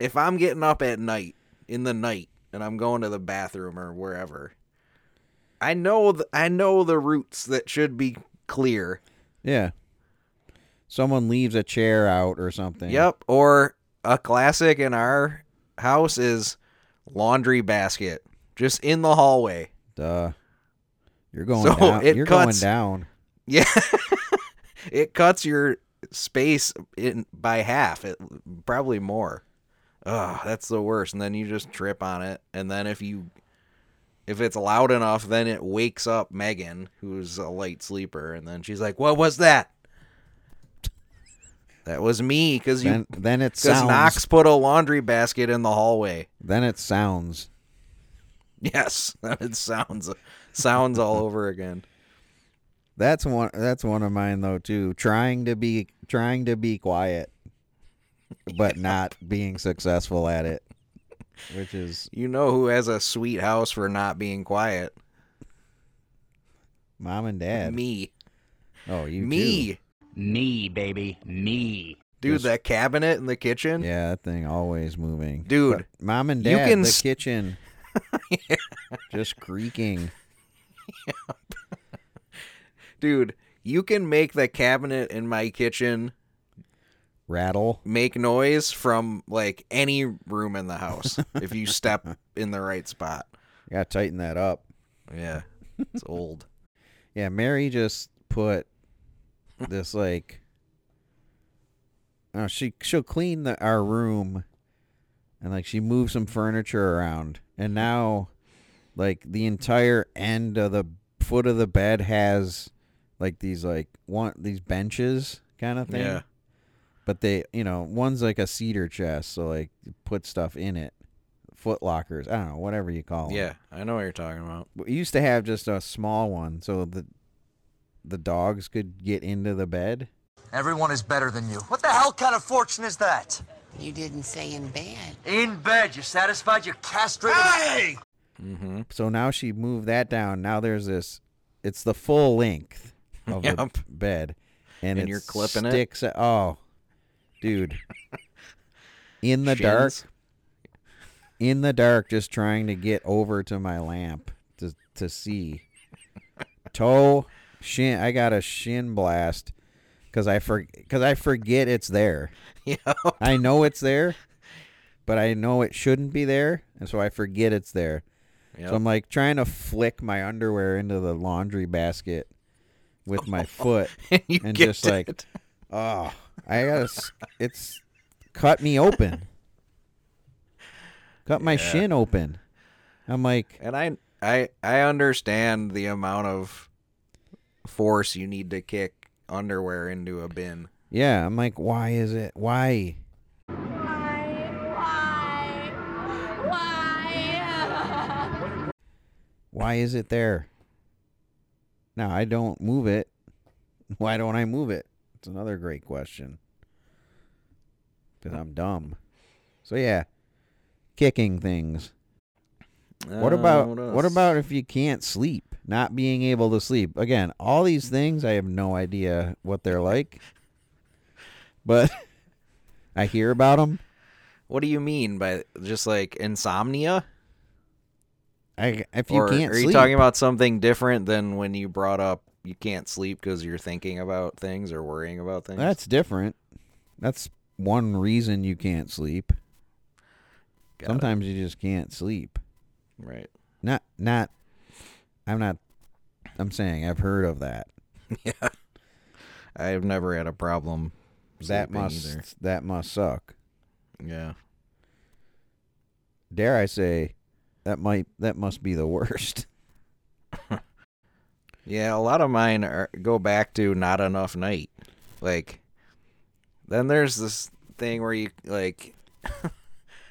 if I'm getting up at night in the night and I'm going to the bathroom or wherever, I know th- I know the routes that should be clear. Yeah. Someone leaves a chair out or something. Yep. Or a classic in our house is laundry basket just in the hallway. Duh. You're going So down. it You're cuts- going down. Yeah. [laughs] it cuts your space in by half, it, probably more. Ugh, that's the worst. And then you just trip on it. And then if you if it's loud enough, then it wakes up Megan, who's a light sleeper, and then she's like, "What was that?" That was me cuz you Then, then it cuz sounds. Knox put a laundry basket in the hallway. [laughs] Then it sounds. Yes, it sounds sounds all over again. That's one. That's one of mine though too. Trying to be trying to be quiet, [laughs] but not being successful at it, which is You know who has a sweet house for not being quiet? mom and dad. Me. Oh, you me. too. Me, baby. Me. Dude, Just- that cabinet in the kitchen. Yeah, that thing always moving. Dude, But mom and you dad, can the s- [laughs] kitchen, just creaking. Dude, you can make the cabinet in my kitchen rattle. make noise from like any room in the house if [laughs] you step in the right spot. Got to tighten that up. Yeah. It's [laughs] old. Yeah, Mary just put this like. Oh, she she'll clean the our room, and like she moved some furniture around, and now, like the entire end of the foot of the bed has like these like one these benches kind of thing. Yeah. But they, you know, one's like a cedar chest, so like you put stuff in it, foot lockers. I don't know, whatever you call them. Yeah, I know what you're talking about. We used to have just a small one, so the the dogs could get into the bed. Everyone is better than you. What the hell kind of fortune is that? You didn't say in bed. In bed, you're satisfied, you're castrated. Hey! Mm-hmm. So now she moved that down. Now there's this. It's the full [laughs] length of the Yep. bed, and, it And you're clipping it? sticks it. Oh, [laughs] dude, in the Shins. [laughs] dark, in the dark, just trying to get over to my lamp to to see. Toe, shin. I got a shin blast because I for because I forget it's [laughs] there. Yep. I know it's there, but I know it shouldn't be there, and so I forget it's there. So I'm like trying to flick my underwear into the laundry basket with [laughs] my foot And you and get just like, oh, I gotta, s- it's cut me open, cut my Yeah. shin open. I'm like, and I I I understand the amount of force you need to kick underwear into a bin. yeah, I'm like, why is it? Why? Why is it there? Now I don't move it. [laughs] Why don't I move it? It's another great question. Because I'm dumb. So yeah, kicking things. What Uh, about what what else? about if you can't sleep? Not being able to sleep. Again, all these things I have no idea what they're like. But [laughs] I hear about them. What do you mean by just like insomnia? I if you Or can't are you sleep. talking about something different than when you brought up you can't sleep because you're thinking about things or worrying about things? That's different. That's one reason you can't sleep. Got it. Sometimes you just can't sleep. Right. Not not I'm not I'm saying I've heard of that. yeah. I've never had a problem. That sleeping must either. that must suck. Yeah. Dare I say that might that must be the worst. Yeah, a lot of mine are go back to not enough night. Like then there's this thing where you like [laughs]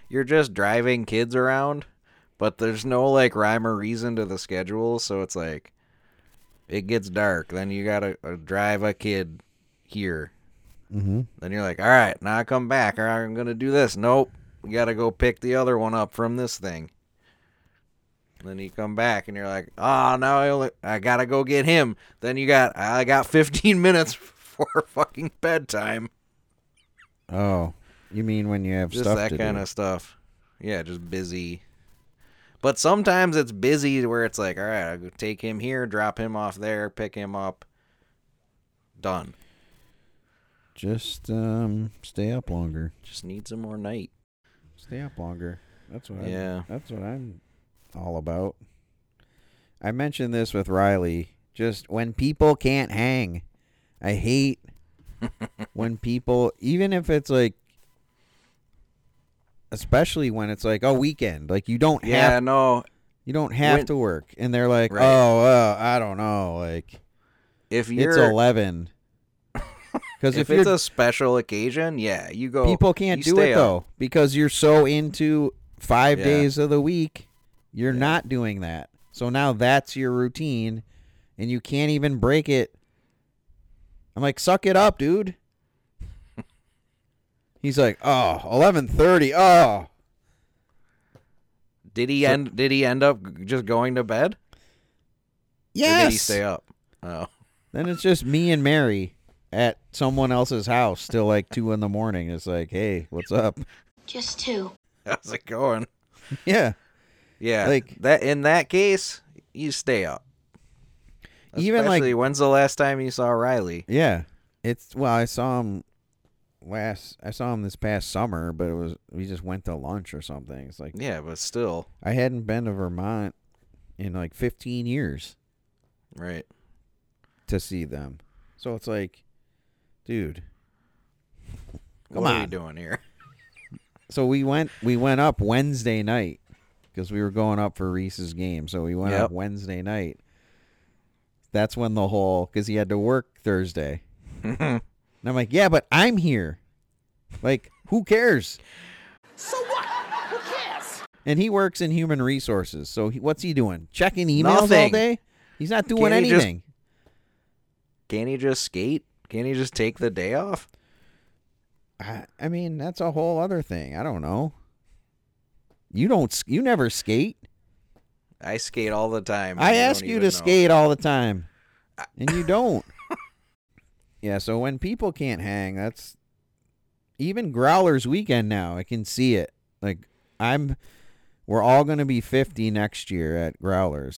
you're just driving kids around, but there's no like rhyme or reason to the schedule, so it's like it gets dark, then you got to uh, drive a kid here. Mhm. Then you're like, "All right, now I come back. All right, I'm going to do this." Nope. We got to go pick the other one up from this thing. Then you come back and you're like, oh, now I only I gotta go get him. Then you got I got [laughs] 15 minutes for fucking bedtime. Oh, you mean when you have Just stuff that to kind do. of stuff. Yeah, just busy. But sometimes it's busy where it's like, all right, I'll go take him here, drop him off there, pick him up. Done. Just um stay up longer. Just need some more night. Stay up longer. That's what Yeah. I'm, that's what I'm all about. I mentioned this with Riley. Just when people can't hang, I [laughs] hate when people, even if it's like, especially when it's like a weekend, like you don't Yeah, have no. you don't have When- to work, and they're like, Right. oh, well, I don't know, like If it's you're [laughs] eleven, because if, if, it's you're a special occasion, yeah, you go. people can't you do it stay up. though because you're so into five Yeah. days of the week you're not doing that so now that's your routine and you can't even break it i'm like suck it up [laughs] dude he's like oh 11.30 oh Did he So- end? Did he end up g- just going to bed? Or did he yes stay up? Oh, then it's just me and mary at someone else's house till like two in the morning it's like hey what's up [laughs] Just two. [laughs] how's it going? yeah Yeah, Like- like that. In that case, you stay up. Even, like- Especially, when's the last time you saw Riley? Yeah. It's well, I saw him last I saw him this past summer, but it was we just went to lunch or something. It's like Yeah, but still, I hadn't been to Vermont in like 15 years right? to see them. So it's like dude. Come what are you on. doing here? So we went we went up Wednesday night because we were going up for Reese's game. So we went Yep. up Wednesday night. That's when the whole cuz he had to work Thursday. Mm-hmm. and I'm like, "Yeah, but I'm here." Like, who cares? So what? Who cares? And he works in human resources. So he, what's he doing? Checking emails all Nothing. day? He's not doing Can't he just- anything. Can't he just skate? Can't he just take the day off? I, I mean, that's a whole other thing. I don't know. You don't. s- You never skate. I skate all the time. I and don't ask you even to know. skate all the time, and you [laughs] don't. yeah. So when people can't hang, that's even Growlers weekend now. I can see it. Like I'm. We're all going to be 50 next year at Growlers.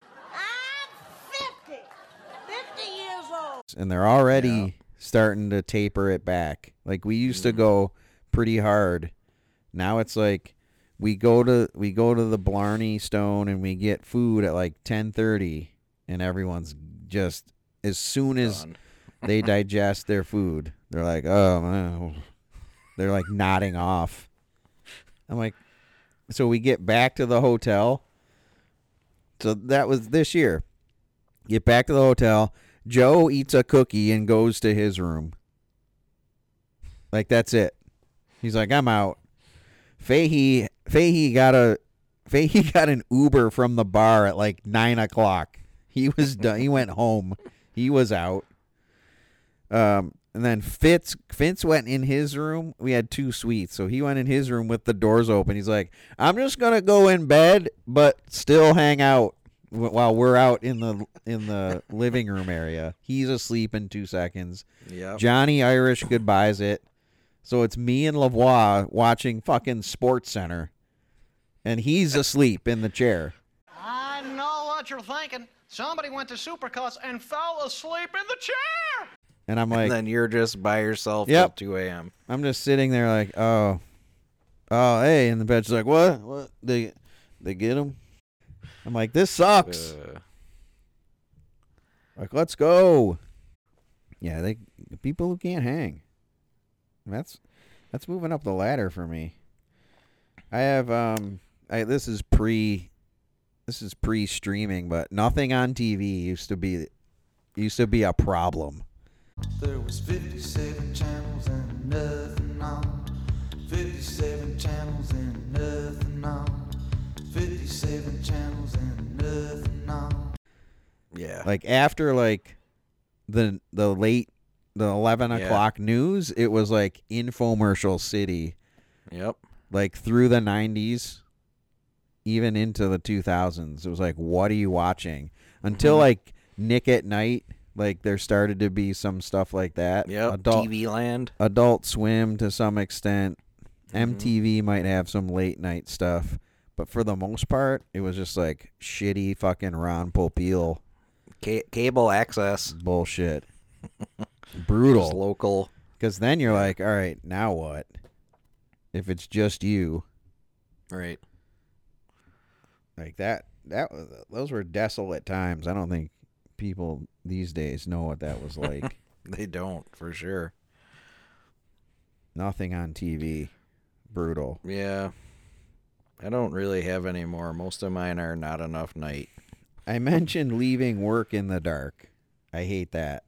and they're already starting to taper it back. Like we used to go pretty hard. Now it's like we go to we go to the Blarney Stone and we get food at like ten thirty, and everyone's just as soon as they digest their food, they're like, oh, man." they're like nodding off. I'm like, so we get back to the hotel. So that was this year. Get back to the hotel. Joe eats a cookie and goes to his room. Like that's it. He's like, I'm out. Fahey Fahey got a Fahey [laughs] got an Uber from the bar at like nine o'clock. He was done. he went home. He was out. Um, and then Fitz Fitz went in his room. We had two suites, so he went in his room with the doors open. He's like, "I'm just gonna go in bed, but still hang out wh- while we're out in the in the living room area." He's asleep in two seconds. Yep. Johnny Irish goodbyes it, so it's me and Lavoie watching fucking Sports Center, and he's asleep in the chair. I know what you're thinking. Somebody went to Supercuts and fell asleep in the chair. And I'm like, and then you're just by yourself Yep. till 2 a.m. I'm just sitting there like, oh, oh, hey, and the bed's like, what, what? They, they get him. I'm like, this sucks. Uh, Like, let's go. Yeah, they people who can't hang. That's that's moving up the ladder for me. I have um, I this is pre, this is pre streaming, but nothing on TV used to be, used to be a problem. There was 57 channels and nothing on. 57 channels and nothing on. 57 channels and nothing on. Yeah. Like after like the the late the eleven Yeah. o'clock news, it was like infomercial city. Yep. Like through the nineties, even into the two thousands. It was like, what are you watching? Mm-hmm. Until like Nick at Night, like there started to be some stuff like that. Yep, Adult TV Land. Adult Swim to some extent. Mm-hmm. MTV might have some late night stuff. But for the most part, it was just like shitty fucking Ron Popeil Ca- cable access. [laughs] bullshit. Brutal. Just local. Because then you're like, all right, now what? If it's just you, Right. like that, that was, those were desolate times. I don't think people these days know what that was [laughs] like. They don't, for sure. Nothing on TV. Brutal. Yeah. I don't really have any more. Most of mine are not enough night. I mentioned leaving work in the dark. I hate that.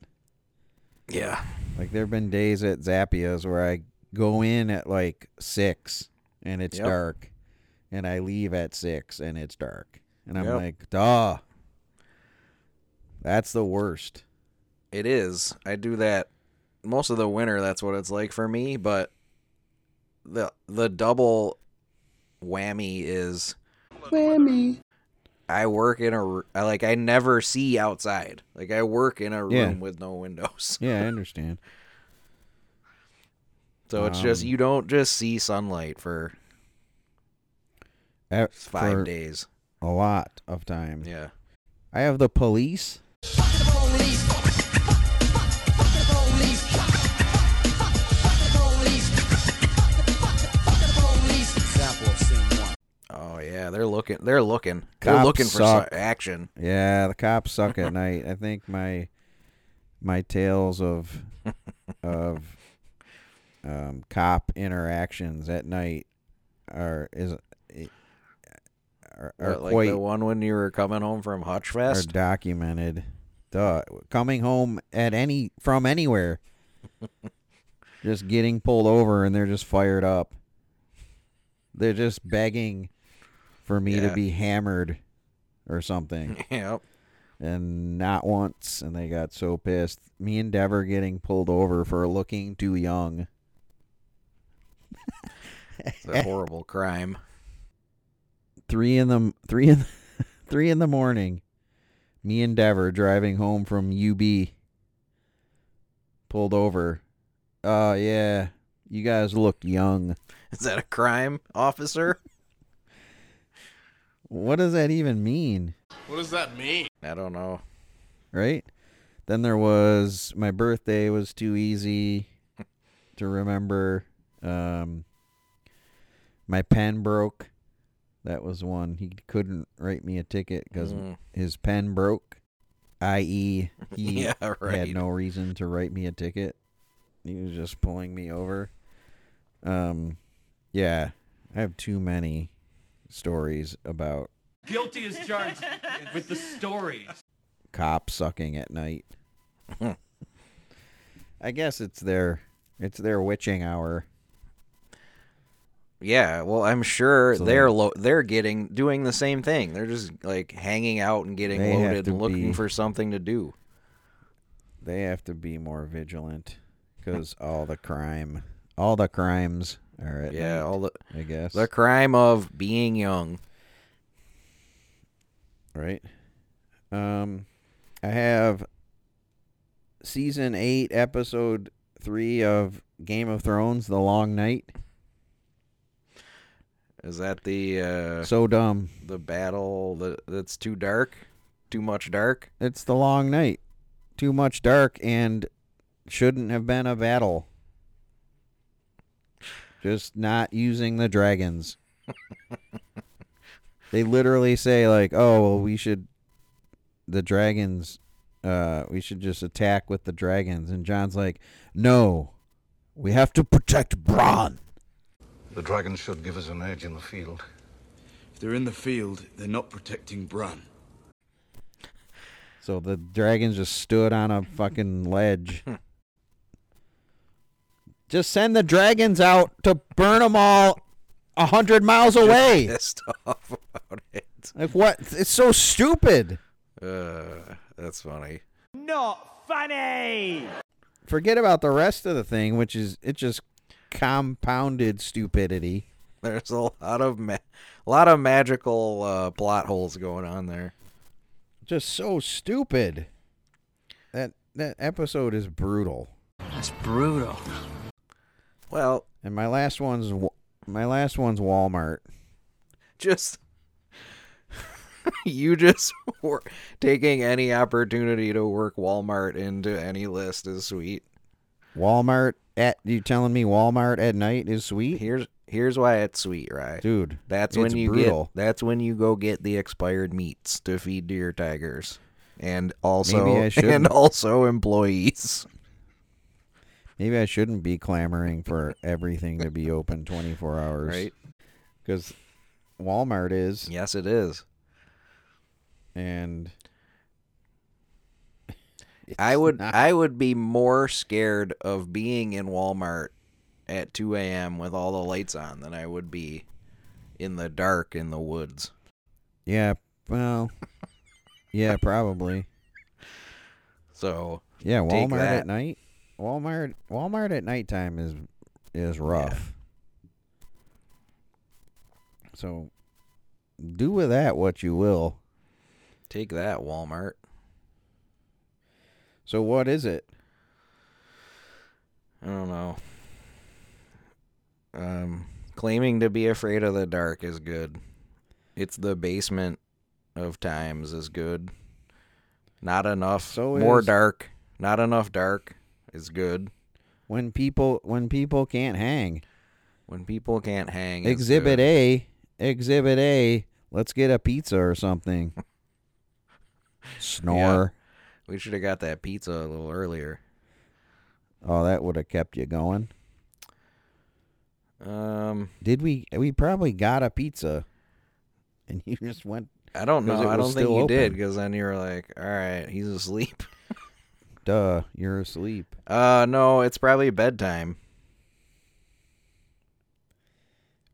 Yeah. Like there have been days at Zapia's where I go in at like six and it's Yep. dark, and I leave at six and it's dark, and I'm Yep. like, duh. That's the worst. It is. I do that most of the winter. That's what it's like for me. But the the double whammy is Whammy. I work in a r- I like I never see outside. Like I work in a room Yeah. with no windows. [laughs] Yeah, I understand. So it's just Um, you don't just see sunlight for Eh, five for days. A lot of time. Yeah. I have the police. Oh yeah, they're looking. They're looking. they're Cops looking for suck. si- action. Yeah, the cops suck [laughs] at night. I think my my tales of of um, cop interactions at night are is are, are What, like quite the one when you were coming home from are Hutchfest. documented. Duh. Coming home at any from [laughs] anywhere, just getting pulled over, and they're just fired up. They're just begging for me to Yeah. be hammered or something, [laughs] yep. and not once. And they got so pissed. Me and Dever getting pulled over for looking too young. It's [laughs] a horrible crime. [laughs] three in the three in [laughs] three in the morning. Me and Dever driving home from UB. Pulled over. Oh yeah, you guys look young. Is that a crime, officer? What does that even mean, What does that mean? I don't know. right? Then there was my birthday was too easy to remember. Um, my pen broke. That was one. He couldn't write me a ticket because Mm. his pen broke, [laughs] i.e., he Yeah, had right. no reason to write me a ticket. He was just pulling me over. Um, yeah, I have too many stories about Guilty is charged with the stories. cops sucking at night. [laughs] I guess it's their it's their witching hour. Yeah, well, I'm sure So they're they- lo- they're getting doing the same thing. They're just like hanging out and getting They have loaded to and looking be- for something to do. They have to be more vigilant because all the crime, all the crimes are at Yeah, night, all the I guess the crime of being young. right. Um, I have season eight, episode three of Game of Thrones: The Long Night. Is that the uh So dumb. the battle that that's too dark, too much dark? It's the long night, too much dark, and shouldn't have been a battle. Just not using the dragons. they literally say like, "Oh, well, we should the dragons uh we should just attack with the dragons." And John's like, "No. We have to protect Bronn." The dragons should give us an edge in the field. If they're in the field, they're not protecting Bran. So the dragons just stood on a fucking ledge. just send the dragons out to burn them all a hundred miles away. [laughs] Pissed off about it. Like what? It's so stupid. Uh, that's funny. Not funny. Forget about the rest of the thing, which is it just compounded stupidity. [laughs] There's a lot of ma- a lot of magical uh, plot holes going on there. Just so stupid. That that episode is brutal. That's brutal. Well, and my last one's Wa- my last one's Walmart. Just [laughs] you just [laughs] wor- taking any opportunity to work Walmart into any list is sweet. Walmart at you telling me Walmart at night is sweet? Here's here's why it's sweet, right? Dude, That's it's when you brutal. get that's when you go get the expired meats to feed to your tigers. And also Maybe I [laughs] and shouldn't. also employees. Maybe I shouldn't be clamoring for everything to be open 24 hours. Right. Because Walmart is. Yes, it is. And [laughs] I would I would be more scared of being in Walmart at 2 a.m. with all the lights on than I would be in the dark in the woods. yeah, well, yeah, probably. So Yeah, take Walmart that. at night. Walmart Walmart at nighttime is is rough. So do with that what you will. Take that, Walmart. So what is it? I don't know. Um, claiming to be afraid of the dark is good. It's the basement of times is good. Not enough. So more is- dark. Not enough dark is good. When people when people can't hang. When people can't hang. is Exhibit good. A, Exhibit A. Let's get a pizza or [laughs] something. Snore. We should have got that pizza a little earlier. Oh, that would have kept you going. Um, Did we? We probably got a pizza, and you just went. I don't 'cause know. it I was don't think still you open. did because then you were like, "All right, he's asleep." [laughs] Duh, you're asleep. Uh, no, it's probably bedtime.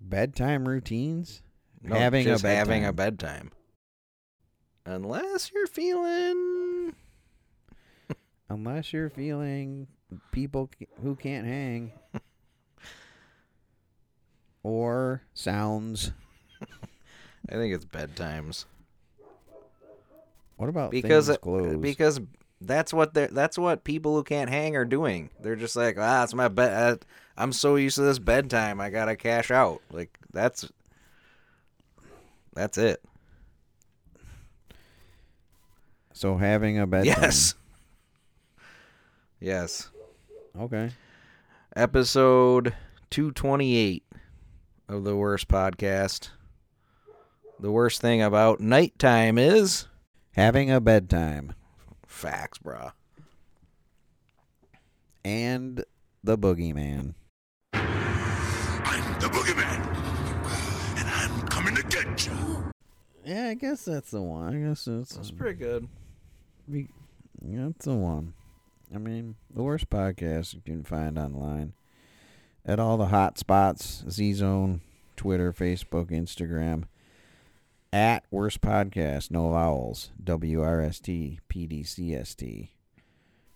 Bedtime routines. No, having just a bedtime. having a bedtime. Unless you're feeling Unless you're feeling people c- who can't [laughs] hang, or sounds. I think it's bedtimes What about because things closed? because that's what they are that's what people who can't hang are doing. They're just like, ah, it's my bed. I, I'm so used to this bedtime, I gotta cash out. Like that's that's it. so having a bedtime. Yes. Yes. Okay. Episode 228 of the worst podcast. The worst thing about nighttime is having a bedtime. Facts, bruh. And the boogeyman. I'm the boogeyman, and I'm coming to get you. Yeah, I guess that's the one. I guess that's That's pretty good. We, that's the one. I mean, the worst podcast you can find online at all the hot spots: Z Zone, Twitter, Facebook, Instagram. At worst podcast, no vowels. W R S T P D C S T.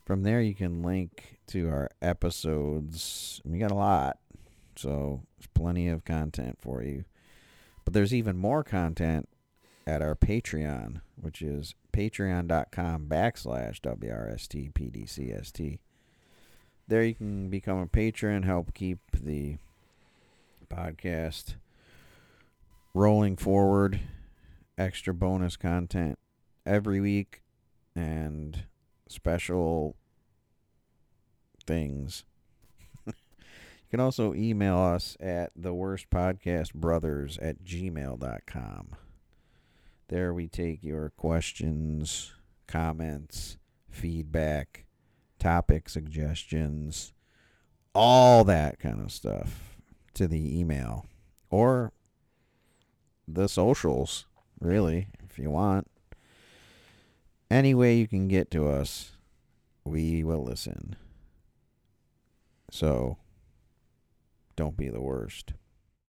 From there, you can link to our episodes. We got a lot, so there's plenty of content for you. But there's even more content at our Patreon, which is patreon.com backslash WRSTPDCST. There you can become a patron, help keep the podcast rolling forward, extra bonus content every week, and special things. [laughs] you can also email us at the worst podcast brothers at gmail.com. There we take your questions, comments, feedback, topic suggestions, all that kind of stuff to the email or the socials, really, if you want. Any way you can get to us, we will listen. So don't be the worst.